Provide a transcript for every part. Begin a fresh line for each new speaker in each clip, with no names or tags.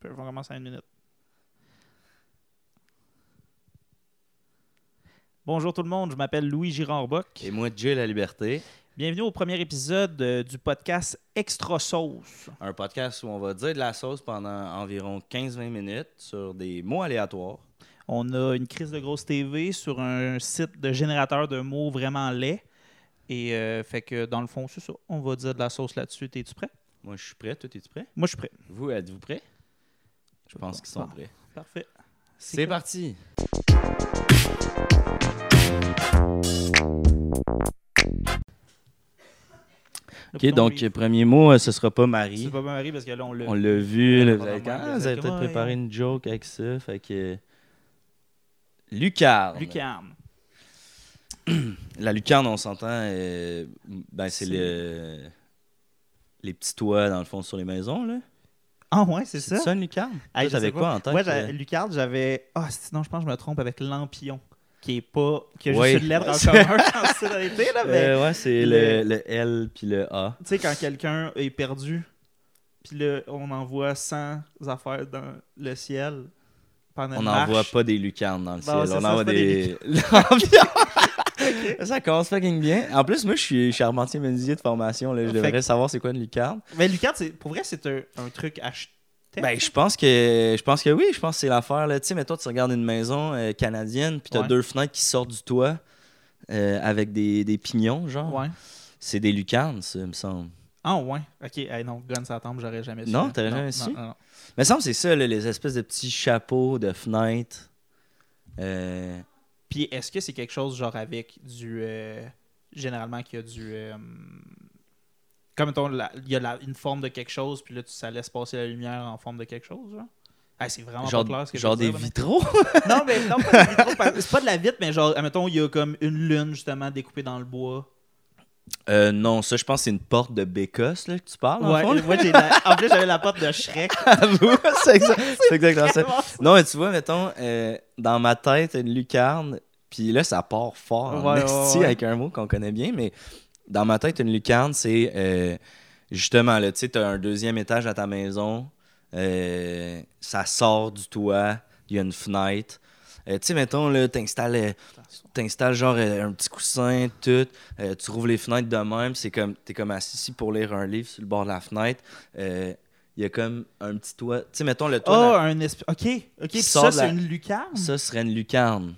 Fait qu'on commence à une minute. Bonjour tout le monde, je m'appelle Louis Girard-Boc.
Et moi, Jay La Liberté,
Bienvenue au premier épisode euh, du podcast Extra Sauce.
un podcast où on va dire de la sauce pendant environ 15-20 minutes sur des mots aléatoires.
On a une crise de grosse TV sur un site de générateur de mots vraiment laid. Et euh, fait que dans le fond, c'est ça. On va dire de la sauce là-dessus. T'es-tu prêt?
Moi, je suis prêt. Toi, es-tu prêt?
Moi, je suis prêt.
Vous, êtes-vous prêt? Je pense qu'ils sont
Bon.
prêts.
Parfait.
C'est parti! OK, donc, premier mot, euh, ce sera pas Marie.
C'est pas Marie parce que là, on l'a.
On l'a vu. là,
Ouais,
vous avez,
probablement,
ah, vous avez peut-être
exactement,
préparé une joke avec ça. Fait que... Lucarne.
Lucarne.
La lucarne, on s'entend, euh, ben, c'est
C'est-
le... les petits toits, dans le fond, sur les maisons. là.
Ah ouais, c'est
C'est
ça?
ça, une lucarne?
Ah,
Toi,
je
t'avais
sais
quoi. en tête?
Moi,
euh?
j'avais- Lucarne, j'avais. Ah, sinon, je pense que je me trompe avec Lampion, qui est pas. qui a
Ouais.
juste une lettre en commun en solidarité, là, mais.
Euh, ouais, c'est le, le L puis le A.
Tu sais, quand quelqu'un est perdu, puis là, on envoie 100 affaires dans le ciel pendant
On
une
n'envoie
marche.
pas des lucarnes dans le
Bon, c'est
ciel. On
ça,
envoie
c'est pas
des.
des
ça commence fucking bien. En plus, moi, je suis charpentier menuisier de formation. Là. Je
Fait
devrais
que-
savoir c'est quoi une lucarne.
Mais Lucarne, c'est- pour vrai, c'est un, un truc acheté.
Ben, je pense que je pense que oui, je pense que c'est l'affaire. là. Tu sais, mais toi, tu regardes une maison euh, canadienne, puis t'as
Ouais.
deux fenêtres qui sortent du toit euh, avec des, des pignons, genre.
Ouais.
C'est des lucarnes, ça, il me semble.
Ah, ouais. Ok, hey, non, Gun tombe, j'aurais jamais su.
Non,
là.
t'aurais jamais su?
Non, non, non.
Mais il me semble que c'est ça, là, les espèces de petits chapeaux de fenêtres. Euh,
Puis est-ce que c'est quelque chose, genre, avec du. euh, généralement, qu'il y a du. euh, comme mettons, la- il y a la- une forme de quelque chose, puis là, tu, ça laisse passer la lumière en forme de quelque chose, genre. Ah, c'est vraiment
genre
pas clair ce que je
genre
veux
des
dire, là, mais-
vitraux.
Non, mais non, pas des vitraux, par- c'est pas de la vitre, mais genre, admettons, il y a comme une lune, justement, découpée dans le bois.
Euh, non, ça, je pense que c'est une porte de Bécosse là, que tu parles.
Ouais,
en, Ah, fond,
moi, j'ai la- en plus, j'avais la porte de Shrek.
là. c'est exact- c'est exactement ça.
Vraiment.
Non, mais tu vois, mettons, euh, dans ma tête, une lucarne, puis là, ça part fort en
Ouais, ouais,
esti
ouais.
avec un mot qu'on connaît bien, mais dans ma tête, une lucarne, c'est euh, justement, là, tu sais, t'as un deuxième étage à ta maison, euh, ça sort du toit, il y a une fenêtre. Euh, tu sais, mettons, là, t'installes euh, t'installes genre euh, un petit coussin, tout, euh, tu rouvres les fenêtres de même, c'est comme t'es comme assis ici pour lire un livre sur le bord de la fenêtre. euh, il y a comme un petit toit. Tu sais, mettons le
Oh,
toit. dans-
un espèce. Ok, ok, puis
sort
ça,
de la-
c'est une lucarne.
Ça serait une lucarne.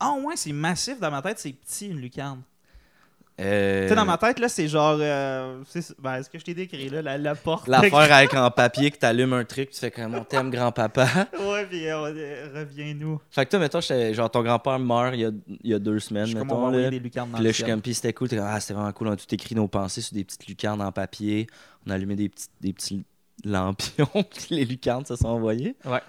Ah, ouais, c'est massif. Dans ma tête, c'est petit, une lucarne.
Euh,
Tu sais, dans ma tête, là, c'est genre. euh, c'est- ben, est-ce que je t'ai décrit, là, la, la porte.
L'affaire avec en papier que t'allumes un truc, tu fais comme on t'aime grand-papa.
Ouais, puis euh, euh, reviens-nous.
Fait que toi, mettons, j'étais- genre ton grand-père meurt il y a, il y a deux
Je
semaines,
suis comme on va
mettons.
envoyer
Là.
des lucarnes dans
Puis là,
le
je suis
ciel.
comme, puis c'était cool. T'es comme, ah, c'était vraiment cool. On a tout écrit nos pensées sur des petites lucarnes en papier. On a allumé des petits, des petits lampions. puis les lucarnes se sont envoyées.
Ouais.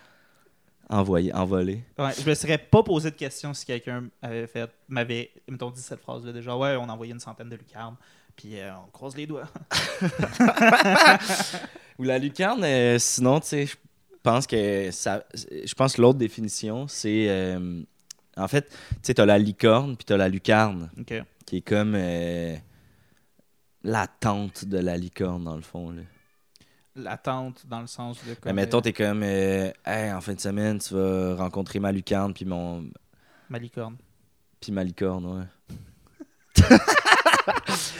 Envoyées, envolées.
Ouais, je me serais pas posé de question si quelqu'un avait fait m'avait mettons dit cette phrase là déjà ouais on a envoyé une centaine de lucarnes puis euh, on croise les doigts
Ou la lucarne, euh, sinon, tu sais, je pense que ça. Je pense que l'autre définition, c'est. euh, en fait, tu sais, t'as la licorne, puis t'as la lucarne,
ok
qui est comme. euh, la tente de la licorne, dans le fond. Là.
l'attente dans le sens de
Mais
comme
mettons,
euh,
t'es comme. euh, Hey, en fin de semaine, tu vas rencontrer ma lucarne, puis mon.
ma licorne
Puis ma licorne, ouais.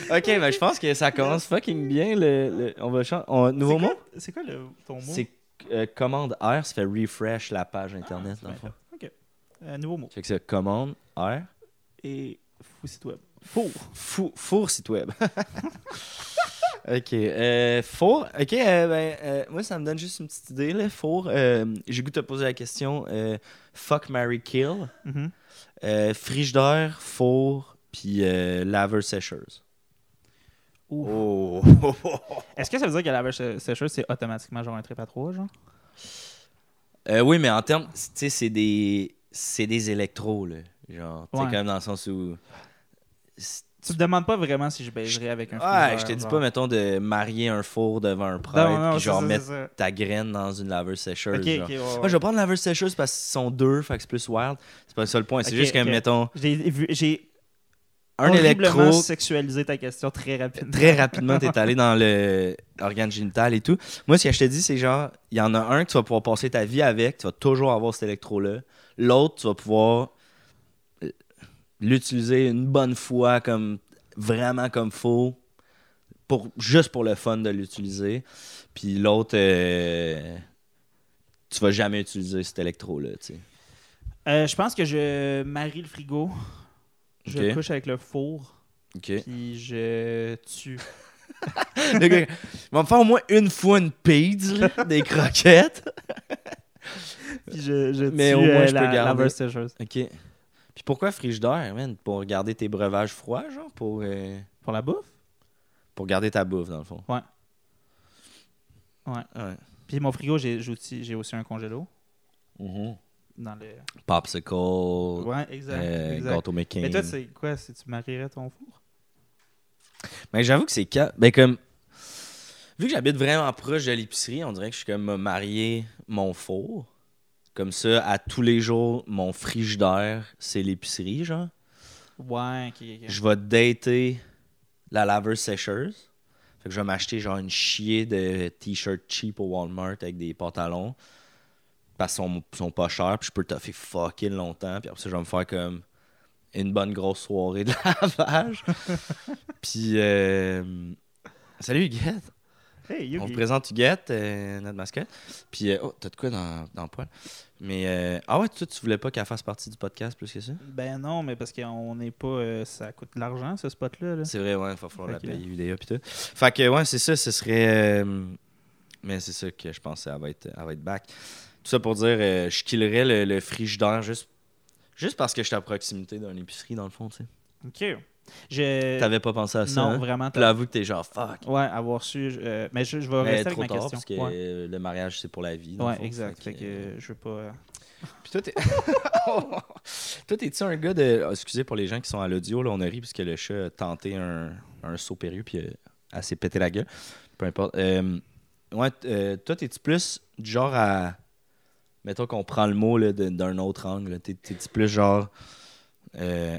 ok, mais je pense que ça commence fucking bien. Le, le- on va chan- on- nouveau
C'est
mot?
quoi- c'est quoi le ton mot
C'est euh, commande R, ça fait refresh la page internet. dans le
bien
fond.
ok Euh, nouveau mot
Fait que c'est commande R.
et fou site web four
Fou- four site web. ok. euh, four. Ok, euh, ben, euh, moi, ça me donne juste une petite idée. Là. Four, euh, j'ai goût de te poser la question. euh, fuck, Mary kill.
Mhm.
Euh, frigidaire, four, puis euh, laver sécheuse.
Ouh.
Oh.
est-ce que ça veut dire que la vache sé- sécheuse c'est automatiquement genre un trip à trois genre
Euh, oui, mais en termes, tu sais, c'est des, c'est des électros, là. Genre, tu sais,
Ouais.
quand même dans le sens où. c'est-
tu te demandes pas vraiment si je baiserais avec un
Ouais,
frigidaire,
je te dis
genre.
pas, mettons, de marier un four devant un prêtre,
non, non,
puis
c'est
genre
ça,
mettre
c'est ça.
ta graine dans une laveuse sécheuse.
ok ok
genre.
ouais, ouais.
Moi, je vais prendre une laveuse sécheuse parce qu'ils sont deux, fait que c'est plus wild. C'est pas ça le point. C'est
Ok,
juste que,
ok.
mettons,
J'ai vu, j'ai
un
horriblement
électro
sexualiser ta question très rapidement.
très rapidement, t'es allé dans le organe génital et tout. Moi, ce que je te dis, c'est genre, il y en a un que tu vas pouvoir passer ta vie avec, tu vas toujours avoir cet électro-là. L'autre, tu vas pouvoir euh, l'utiliser une bonne fois, comme vraiment comme faux, pour, juste pour le fun de l'utiliser. Puis l'autre, euh, tu vas jamais utiliser cet électro-là, tu sais.
Euh, je pense que je marie le frigo. Je
Ok.
couche avec le four.
OK.
Puis je tue.
Le gars, euh, il va me faire au moins une fois une pizza, là, des croquettes.
Puis je, je
Mais
tue,
au moins,
euh,
je peux
la-
garder.
laveuse sécheuse
OK. Puis pourquoi frigidaire, man? Pour garder tes breuvages froids, genre? Pour, euh,
Pour la bouffe.
pour garder ta bouffe, dans le fond.
Ouais. Ouais. Puis mon frigo, j'ai j'ai aussi, j'ai aussi un congélo. Dans le...
Popsicle,
Ouais, exact.
euh,
exact.
gâteau McCain.
Mais toi, c'est quoi si tu marierais ton four
Mais j'avoue que c'est quand... Ben comme... Vu que j'habite vraiment proche de l'épicerie, on dirait que je suis comme marié mon four. Comme ça, à tous les jours, mon frigidaire, c'est l'épicerie, genre.
Ouais, ok, ok.
Je vais dater la laveuse sécheuse. Fait que je vais m'acheter genre une chier de t-shirts cheap au Walmart avec des pantalons. Parce qu'ils sont, sont pas chers, puis je peux toffer fucking longtemps. Puis après ça, je vais me faire comme une bonne grosse soirée de lavage. puis. euh, Salut Huguette!
Hey, Yuki.
On te présente Huguette, euh, notre mascotte. Puis. euh, oh, t'as de quoi dans, dans le poil? Mais. euh, ah ouais, toi, tu voulais pas qu'elle fasse partie du podcast plus que ça?
Ben non, mais parce qu'on n'est pas. euh, ça coûte de l'argent, ce spot-là. là.
C'est vrai, ouais, il va falloir la
Fait que-
payer UDA pis tout. Fait que ouais, c'est ça, ce serait. euh, Mais c'est ça que je pense qu'elle va être, elle va être back. Tout ça pour dire, euh, je killerais le, le frigidaire juste, juste parce que j'étais à proximité d'une épicerie, dans le fond, tu sais.
Ok. Je...
T'avais pas pensé à ça.
Euh, Non,
hein?
vraiment.
Puis là, avoue que t'es genre fuck.
Ouais, avoir su. je- euh, mais je, je vais
Mais
rester avec
trop
ma
tard,
question.
parce que
ouais,
euh, le mariage, c'est pour la vie. dans le
Ouais,
fond,
exact.
fait
Fait que euh, je veux pas. euh,
Puis toi, t'es. toi, t'es-tu un gars de. Ah, excusez pour les gens qui sont à l'audio, là, on a ri parce que le chat a tenté un, un saut périlleux puis euh, elle s'est pété la gueule. Peu importe. Euh, ouais, t- euh, toi, t'es-tu plus du genre à. Mettons qu'on prend le mot là, de- d'un autre angle. là. T'es- T'es-tu plus genre. Euh,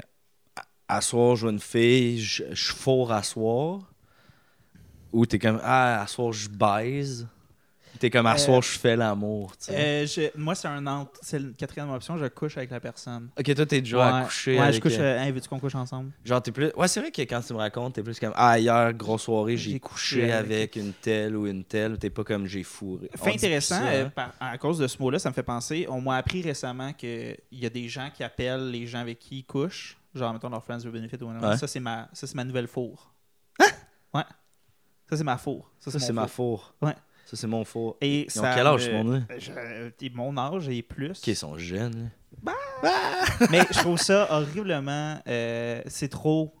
à, à soir, je vois une fille, je je fourre à soir. Ou t'es comme. Ah, à soir, je baise. T'es comme à
Euh,
soir, je fais l'amour. tu sais.
Euh, je- moi, c'est un ant- C'est la quatrième option, je couche avec la personne.
Ok, toi, t'es du genre à
Ouais.
coucher.
Ouais, je
avec,
couche.
euh,
euh, Hey, veux-tu qu'on couche ensemble
Genre, t'es plus. Ouais, c'est vrai que quand tu me racontes, t'es plus comme Ah, hier, grosse soirée, j'ai
J'ai
couché
couché
avec une telle ou une telle. T'es pas comme j'ai fourré. On
Fait
dit plus
intéressant,
ça,
euh,
hein?
par- à cause de ce mot-là, ça me fait penser. On m'a appris récemment qu'il y a des gens qui appellent les gens avec qui ils couchent, genre, mettons, leur friends with benefit ou whatever.
Ouais. Hein?
Ça, c'est ma, ça, c'est ma nouvelle four. Ouais. Ça, c'est ma four. Ça,
Ça, c'est
mon
ma
four.
four.
Ouais.
Ça, c'est mon four.
Et
Ils ont quel âge, ce monde-là?
Mon âge et plus.
Ok, ils sont jeunes. là.
Mais je trouve ça horriblement. euh, c'est trop.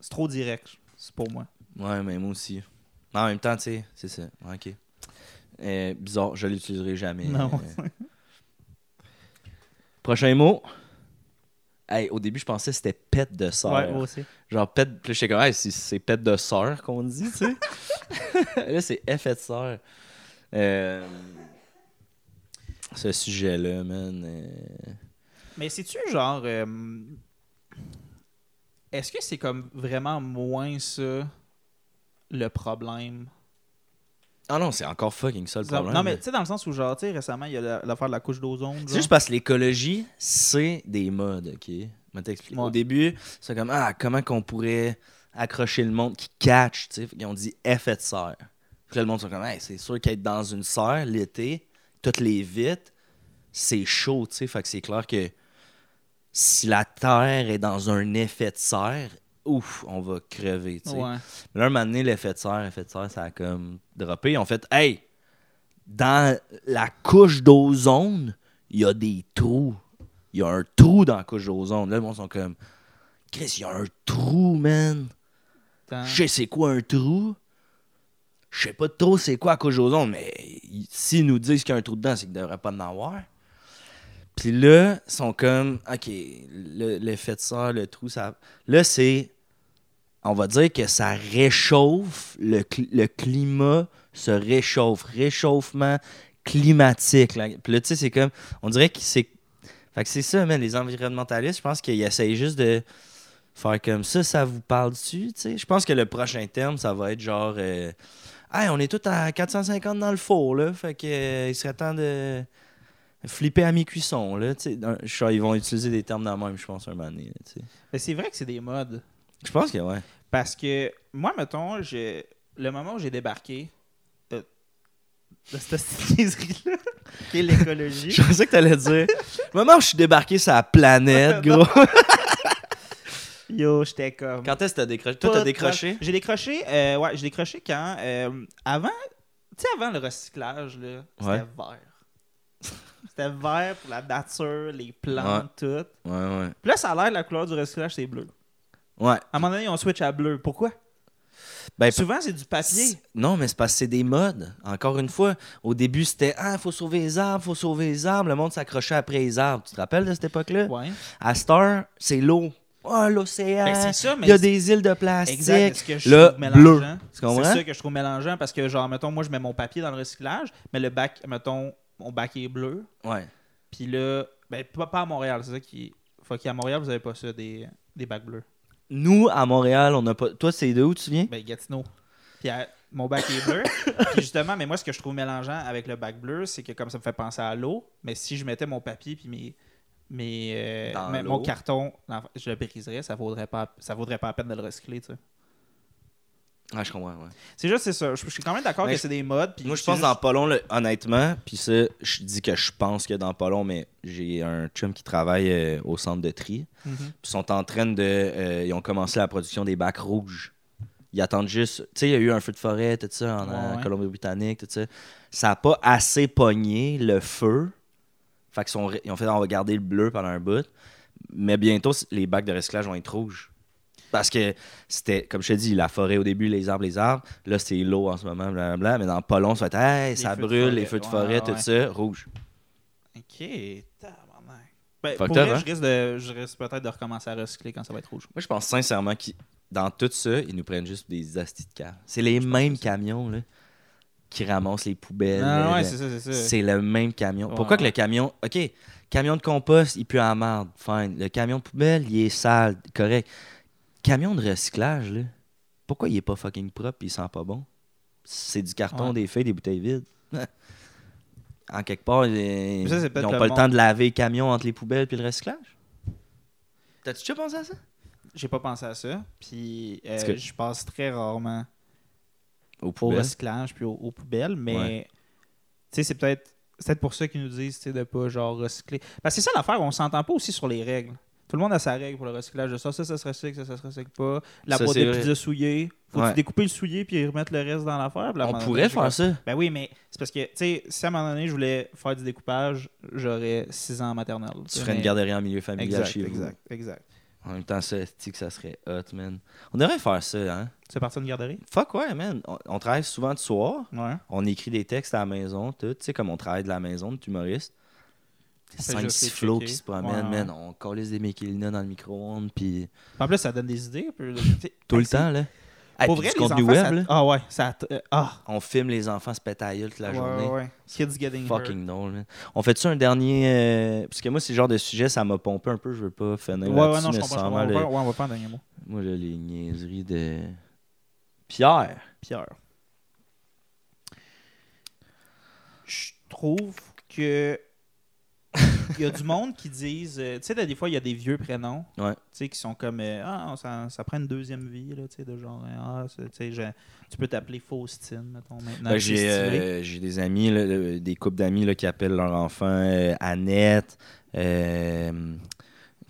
C'est trop direct, c'est pour moi.
Ouais, mais moi aussi. Mais en même temps, tu sais, c'est ça. Ouais, Ok. Euh, bizarre, je l'utiliserai jamais.
Non.
Euh, Prochain mot. Hey, au début, je pensais que c'était pète de sœur.
Ouais, moi aussi.
Genre, pète. Puis là, j'étais comme, Hey, c'est- c'est pète de sœur qu'on dit, tu sais. là, c'est effet de sœur. Euh, ce sujet-là, man. euh,
Mais c'est-tu genre. euh, Est-ce que c'est comme vraiment moins ça le problème?
Ah non, c'est encore fucking ça le problème.
non, mais
là.
tu sais, dans le sens où, genre, tu sais, récemment, il y a la- l'affaire de la couche d'ozone.
C'est juste parce que l'écologie, c'est des modes, OK? Je vais t'expliquer. Au
Ouais.
début, c'est comme, ah, comment qu'on pourrait accrocher le monde qui catch, tu sais? Ils ont dit effet de serre. Puis là, le monde sont comme, hey, c'est sûr qu'être dans une serre l'été, toutes les vites, c'est chaud, tu sais? Fait que c'est clair que si la Terre est dans un effet de serre, ouf, on va crever, tu sais?
Ouais.
Mais Là, un moment donné, l'effet de serre, l'effet de serre, ça a comme droppé. Ils ont fait Hey, dans la couche d'ozone, il y a des trous. Il y a un trou dans la couche d'ozone. Là, le monde sont comme Chris, il y a un trou, man.
Dans-
Je sais c'est quoi un trou. Je sais pas trop c'est quoi la couche d'ozone, mais y- s'ils nous disent qu'il y a un trou dedans, c'est qu'il devrait pas en avoir. Puis là, ils sont comme, OK, le- l'effet de serre, le trou, ça... Là, c'est... On va dire que ça réchauffe, le, cl- le climat se réchauffe. Réchauffement climatique. là. Puis là, tu sais, c'est comme... On dirait que c'est... Fait que c'est ça, man, les environnementalistes, je pense qu'ils essayent juste de Faire comme ça, ça vous parle-tu? tu sais? Je pense que le prochain terme, ça va être genre. euh, Hey, on est tous à 450 dans le four, là. Fait que, euh, il serait temps de flipper à mi-cuisson, là. tu sais. Un- je suis sûr, ils vont utiliser des termes dans le même, je pense, un moment donné. là, tu sais.
Mais c'est vrai que c'est des modes.
Je pense que, ouais.
Parce que moi, mettons, j'ai- le moment où j'ai débarqué euh, de cette niaiserie-là, qui est l'écologie,
Je pensais que t'allais dire. Le moment où je suis débarqué sur la planète, gros.
yo, j'étais comme.
Quand est-ce que t'as décroché? Toi,
pas
t'as
de
décroché?
problème. J'ai décroché, euh, ouais, j'ai décroché quand. euh, avant, tu sais, avant le recyclage, là, c'était
Ouais.
vert. c'était vert pour la nature, les plantes, tout.
Ouais, ouais.
Puis là, ça a l'air de la couleur du recyclage, c'est bleu.
Ouais.
À un moment donné, on switch à bleu. Pourquoi
Ben,
Souvent, c'est du papier.
Non, mais c'est parce que c'est des modes. Encore une fois, au début, c'était Ah, faut sauver les arbres, faut sauver les arbres. Le monde s'accrochait après les arbres. Tu te rappelles de cette époque-là?
Ouais.
À cette heure, c'est l'eau. Ah,
Fait que
l'océan.
Ben, c'est ça, mais
Il y a des îles de plastique.
Exact. mais Ce que je
Le
trouve mélangeant.
Tu
C'est
comprends?
ça que je trouve mélangeant parce que, genre, mettons, moi, je mets mon papier dans le recyclage, mais le bac, mettons, mon bac est bleu.
Ouais.
Puis là, ben, pas, pas à Montréal, c'est ça qui est. Fuck, à Montréal, vous avez pas ça, des, des bacs bleus.
Nous, à Montréal, on n'a pas. Toi, c'est de où tu viens?
Ben, Gatineau. Puis à- mon bac est bleu. Puis justement, mais moi, ce que je trouve mélangeant avec le bac bleu, c'est que comme ça me fait penser à l'eau, mais si je mettais mon papier puis mes. mes, euh,
Dans
mes-
l'eau.
mon carton, dans- je le briserais, ça vaudrait pas, ça vaudrait pas la peine de le recycler, tu sais.
Ah, je comprends, ouais.
C'est juste, c'est ça. Je, je suis quand même d'accord
Mais
que c'est des modes. puis
Moi, je
c'est
pense
juste-
dans pas long, là, honnêtement, puis ça, je dis que je pense que dans pas long, mais j'ai un chum qui travaille euh, au centre de tri.
Mhm.
Ils sont en train de. euh, ils ont commencé la production des bacs rouges. Ils attendent juste. Tu sais, il y a eu un feu de forêt, tout ça, en, en
Ouais, ouais.
Colombie-Britannique, tout ça. Ça n'a pas assez pogné le feu. Fait qu'ils sont, ils ont fait, on va garder le bleu pendant un bout. Mais bientôt, c- les bacs de recyclage vont être rouges. Parce que c'était, comme je te dis, la forêt au début, les arbres, les arbres. Là, c'est l'eau en ce moment, blablabla. Mais dans pas long, ça va être, hey, ça
feux de
brûle, les
forêt.
feux de
Ouais,
forêt, tout
ouais.
ça, rouge.
Ok, tabarnak. Ben,
Fucked
pour
up,
vrai,
hein?
je risque, de, je risque peut-être de recommencer à recycler quand ça va être rouge.
Moi, je pense sincèrement qu'ils, dans tout ça, ils nous prennent juste des astis de cave. C'est les mêmes camions là, qui ramassent les poubelles.
Non,
là,
Ah ouais,
le-
c'est ça, c'est ça.
Euh, c'est le même camion.
Ouais,
Pourquoi que
ouais.
le camion. OK, camion de compost, il pue à la marde. Fine. Le camion de poubelle, il est sale. Correct. Camion de recyclage, là, pourquoi il est pas fucking propre et il sent pas bon? C'est du carton,
Ouais.
des feuilles, des bouteilles vides. en quelque part, les-
Mais ça, c'est
ils
peut-être
n'ont
le
pas le
monde.
temps de laver le camion entre les poubelles et le recyclage. T'as-tu déjà pensé à ça?
J'ai pas pensé à ça. Puis euh,
Parce que-
je passe très rarement
Au
au recyclage puis aux, aux poubelles, mais
Ouais.
tu sais, c'est peut-être c'est peut-être pour ça qu'ils nous disent tu sais, de pas genre recycler. Parce que c'est ça l'affaire, on s'entend pas aussi sur les règles. Tout le monde a sa règle pour le recyclage de ça. Ça, ça se recycle, ça, ça se recycle pas. La
Ça,
boîte
c'est
de
vrai.
pizza souillée. Faut
Ouais.
découper le souillé puis remettre le reste dans l'affaire. Puis à un
On
moment
pourrait
donné, j'ai
faire ça.
Ben oui, mais c'est parce que, tu sais, si à un moment donné, je voulais faire du découpage, j'aurais 6 ans en maternelle.
Tu
sais,
ferais une
mais-
garderie en milieu familial
Exact,
chez vous.
exact, exact.
En même temps, ça, tu que ça serait hot, man. On devrait faire ça, hein?
Tu es parti d'une garderie?
Fuck ouais, man. On, on travaille souvent de soir.
Ouais.
On écrit des textes à la maison, tout. Tu sais, comme on travaille de la maison, de humoriste.
Ça fait
5-6
juste
flots
checker.
qui se promènent,
Ouais, ouais.
man. On collise des Michelina dans le micro-ondes, puis
En plus, ça donne des idées. puis-
tout le
c'est-
temps, là. Hey,
Pour
puis
vrai,
du
les
contenu
enfants,
web,
ça-
là.
Ah ouais, ça... t- euh, Ah!
On filme les enfants se péter la gueule toute la
Ouais,
journée.
ouais, ouais. Kids getting hurt.
Fucking drôle, man. On fait-tu un dernier... euh, Parce que moi, ce genre de sujet, ça m'a pompé un peu. Je veux pas finir
Ouais, ouais,
là-dessus
non, je comprends. je
nécessairement.
comprends. On va
Le-
faire- Ouais, on va faire un dernier mot.
Moi, là, les niaiseries de... Pierre.
Pierre. Je trouve que. Il y a du monde qui disent. euh, tu sais, là, des fois, il y a des vieux prénoms.
Ouais.
Tu sais, qui sont comme. euh, ah, ça, ça prend une deuxième vie, là, tu sais, de genre. euh, Ah, c'est- tu sais, je- tu peux t'appeler Faustine, mettons, maintenant.
Ben,
que c'est
j'ai
stylé.
euh, j'ai des amis, là, euh, des couples d'amis là, qui appellent leur enfant euh, Annette. euh,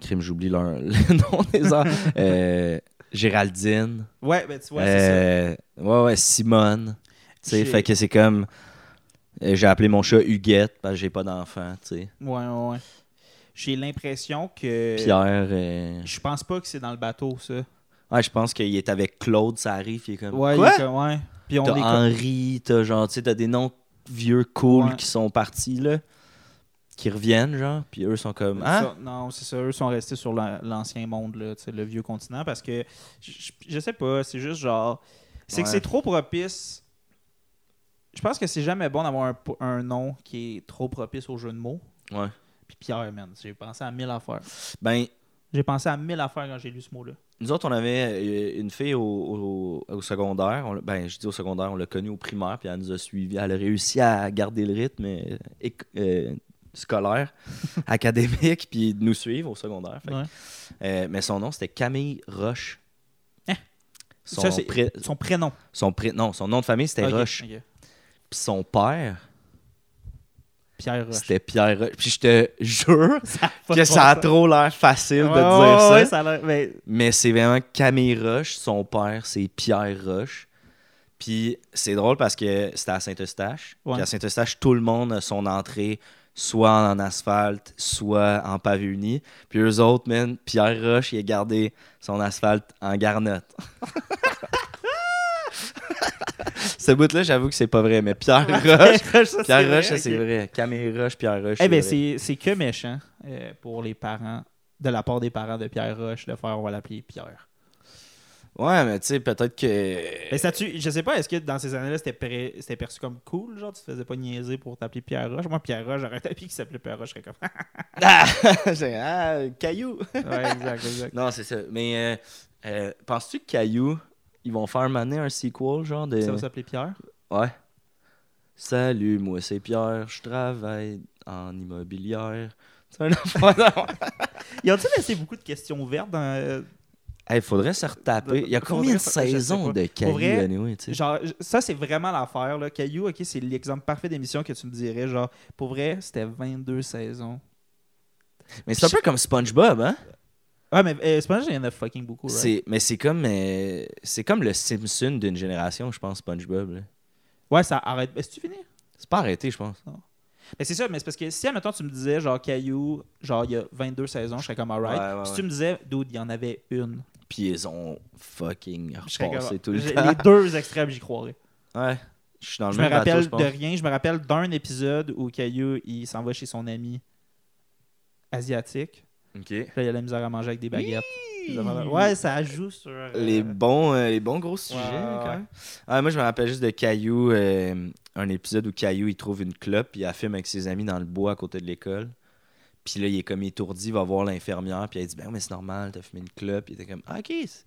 crime, j'oublie leur, le nom des enfants. Euh, Géraldine.
Ouais, ben, tu vois, c'est ça.
euh, ouais, ouais, Simone. Tu sais,
J'ai-
fait que c'est comme. euh, J'ai appelé mon chat Huguette parce que j'ai pas d'enfant, tu sais.
Ouais, ouais, ouais. J'ai l'impression que.
Pierre. euh,
Je pense pas que c'est dans le bateau, ça.
Ouais, je pense qu'il est avec Claude, ça arrive, il est comme.
Ouais, il
Quoi?
est comme- ouais. Puis on
T'as
est comme-
Henri, t'as genre, tu sais, t'as des noms vieux cool
Ouais.
qui sont partis, là, qui reviennent, genre, puis eux sont comme, ah,
Ça- non, c'est ça. Eux sont restés sur la- l'ancien monde, là, tu sais, le vieux continent, parce que je je sais pas, c'est juste genre. C'est que
Ouais.
c'est trop propice. Je pense que c'est jamais bon d'avoir un, po- un nom qui est trop propice au jeu de mots.
Ouais.
Puis Pierre, man, j'ai pensé à mille affaires.
ben,
J'ai pensé à mille affaires quand j'ai lu ce mot-là.
nous autres, on avait euh, une fille au, au- au secondaire. On l'a- ben, je dis au secondaire, on l'a connue au primaire, puis elle nous a suivis. Elle a réussi à garder le rythme euh, éc- euh, scolaire, académique, puis de nous suivre au secondaire. Fait que,
Ouais.
euh, mais son nom, c'était Camille Roche.
Hein?
Son,
Ça, c'est-
pré-
Son prénom.
son pré- non, son nom de famille, c'était
Ok,
Roche.
ok.
Puis son père,
Pierre Roche.
c'était Pierre Roche. Puis je te jure
Pas
que
de
ça a
bon sens.
trop l'air facile de
Ouais,
dire ça.
ouais, ouais, ça a l'air- mais-
Mais c'est vraiment Camille Roche, son père, c'est Pierre Roche. Puis c'est drôle parce que c'était à Saint-Eustache.
Ouais.
Puis à Saint-Eustache, tout le monde a son entrée soit en asphalte, soit en pavé uni. Puis eux autres, man, Pierre Roche, il a gardé son asphalte en garnotte. Ce bout-là, j'avoue que c'est pas vrai, mais Pierre Roche,
ça, c'est
Pierre Roche,
vrai,
ça, c'est
ok.
vrai. Camille Roche, Pierre Roche.
Eh bien,
c'est
c'est
vrai.
c'est que méchant euh, pour les parents, de la part des parents de Pierre Roche, de faire on va l'appeler Pierre.
Ouais, mais tu sais, peut-être que.
Mais ça tue- je sais pas, est-ce que dans ces années-là, c'était pré- c'était perçu comme cool, genre tu te faisais pas niaiser pour t'appeler Pierre Roche. Moi, Pierre Roche, j'aurais un tapis qui s'appelait Pierre Roche, je serais comme.
Ah, c'est- ah, caillou.
ouais, exact, exact.
Non, c'est ça. Mais euh, euh, penses-tu que Caillou, ils vont faire maner un sequel, genre de.
Ça va s'appeler Pierre.
Ouais. Salut, moi c'est Pierre, je travaille en immobilière. C'est un enfant.
Ils ont-ils laissé beaucoup de questions ouvertes dans. euh,
Il faudrait se retaper. Il y a
Faudrait-
combien de
je sais
saisons
pas.
de Caillou,
vrai,
anyway, tu sais?
genre, j- ça, c'est vraiment l'affaire, là. Caillou, ok, c'est l'exemple parfait d'émission que tu me dirais, genre, pour vrai, c'était 22 saisons.
Mais c'est un peu comme SpongeBob, hein?
Ah, mais euh, SpongeBob, il y en a fucking beaucoup, right?
C'est- Mais c'est comme, euh, c'est comme le Simpson d'une génération, je pense, SpongeBob. là.
Ouais, ça arrête. Est-ce que tu finis?
C'est pas arrêté, je pense.
Mais c'est ça, mais c'est parce que si, admettons, tu me disais, genre, Caillou, genre, il y a 22 saisons, je serais comme, alright.
Ouais, ouais,
si
ouais.
tu me disais, dude, il y en avait une,
Puis ils ont fucking
je serais comme,
repassé tout le
j'ai-
temps.
les deux extrêmes, j'y croirais.
Ouais. Je suis dans le
Je me
même bateau,
rappelle
je pense.
de rien. Je me rappelle d'un épisode où Caillou, il s'en va chez son ami asiatique.
Ok.
Puis là, il a la misère à manger avec des baguettes. Des affaires de- Ouais, ça joue sur. euh,
Les bons, euh, les bons gros sujets,
ouais,
quand
ouais.
même. Ah, moi, je me rappelle juste de Caillou, euh, un épisode où Caillou, il trouve une clope, puis il la fume avec ses amis dans le bois à côté de l'école. Puis là, il est comme étourdi, il va voir l'infirmière, puis elle dit Ben, mais c'est normal, t'as fumé une clope. Puis il était comme Ah, Ok, c'est-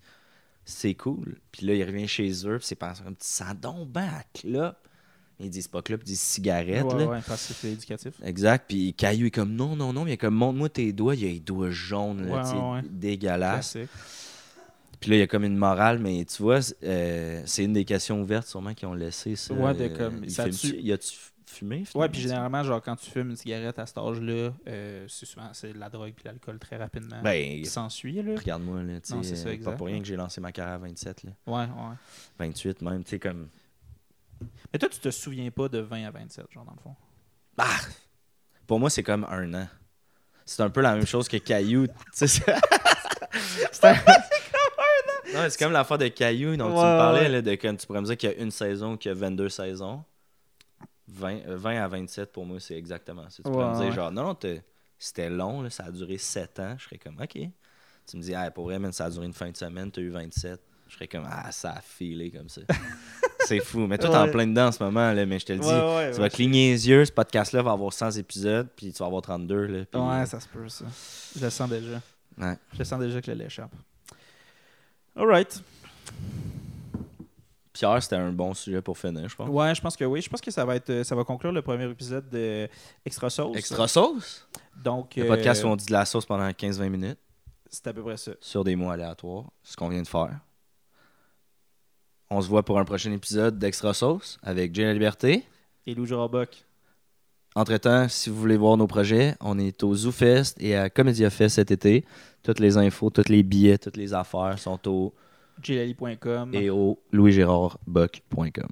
c'est cool. Puis là, il revient chez eux, puis ses parents sont comme Ça donc ben à clope. Ils disent pas clope, ils disent
Ouais,
cigarette. là.
ouais, parce que c'est éducatif.
Exact. Puis Caillou est comme non, non, non. Mais il est comme montre-moi tes doigts. Il a les doigts jaunes, là,
Ouais,
tu sais,
ouais.
dégueulasse.
Classique.
Puis là, il y a comme une morale, mais tu vois, c'est- euh, c'est une des questions ouvertes sûrement qu'ils ont laissé. Ça,
Ouais, de
Euh,
comme,
il
ça
fume-tu-
tue.
il a-tu fumé finalement?
Ouais, puis généralement, genre, quand tu fumes une cigarette à cet âge-là, euh, c'est souvent c'est de la drogue puis de l'alcool très rapidement.
Ben,
qui s'ensuit, là.
regarde-moi, là. tu
Non,
sais,
c'est ça,
euh, Pas
exact,
pour rien
ouais.
que j'ai lancé ma carrière à 27, là.
Ouais, ouais.
28 même, tu sais, comme.
Mais toi, tu te souviens pas de 20 à 27, genre, dans le fond.
Ah! Pour moi, c'est comme un an. C'est un peu la même chose que Caillou. tu sais, c'est c'est un- Non, mais c'est comme l'affaire de Caillou dont tu
Ouais,
me parlais,
ouais.
là, de comme tu pourrais me dire qu'il y a une saison, qu'il y a 22 saisons. 20, euh, 20 à 27, pour moi, c'est exactement ça. Tu pourrais
Ouais,
me dire,
ouais.
genre, non, non, t'es- c'était long, là, ça a duré 7 ans. Je serais comme, OK. Tu me dis, ah, pour vrai, man, ça a duré une fin de semaine, t'as eu 27. Je serais comme, ah, ça a filé comme ça. c'est fou. Mais toi, t'es en
Ouais.
plein dedans en ce moment, là, mais je te le dis,
ouais,
tu vas cligner les yeux, ce podcast-là va avoir 100 épisodes, puis tu vas avoir 32. Là, puis- euh,
Ouais, ça se peut, ça. Je le sens déjà.
Ouais.
Je le sens déjà que le lait échappe. Alright.
Pierre, c'était un bon sujet pour finir, je pense.
Ouais, je pense que oui. Je pense que ça va être, euh, ça va conclure le premier épisode de Extra Sauce.
Extra sauce?
Donc,
Le
euh,
podcast où on dit de la sauce pendant 15-20 minutes
c'est à peu près ça.
sur des mots aléatoires, ce qu'on vient de faire. On se voit pour un prochain épisode d'Extra Sauce avec Jay La Liberté.
Et Lou Jaraboc.
Entre-temps, si vous voulez voir nos projets, on est au ZooFest et à Comédia Fest cet été. Toutes les infos, tous les billets, toutes les affaires sont au
jlali.com.
et au louisgérardbock.com.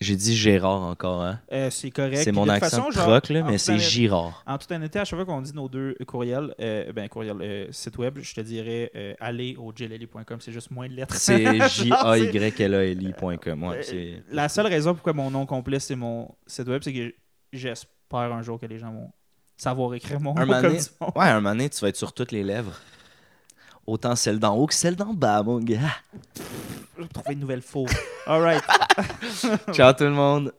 J'ai dit Gérard encore, hein?
Euh, c'est correct.
C'est
Puis
mon
de toute
accent
façon,
de
genre,
croque, là,
en
mais
tout
c'est
honnêt-
Girard.
En toute honnêteté, à chaque fois qu'on dit nos deux courriels, euh, ben courriel, euh, site web, je te dirais euh, aller au jlali.com, c'est juste moins de lettres.
C'est
J-A-Y.
E J-A-Y-L-A-L-I.com. Ouais,
Euh,
c'est-
La seule raison pourquoi mon nom complet c'est mon site web, c'est que j'espère un jour que les gens vont savoir écrire mon
Un
nom
moment
comme
donné-
du monde.
Ouais, un moment donné, tu vas être sur toutes les lèvres. Autant celle d'en haut que celle d'en bas, mon gars.
Je vais trouver une nouvelle faux. All right.
Ciao tout le monde.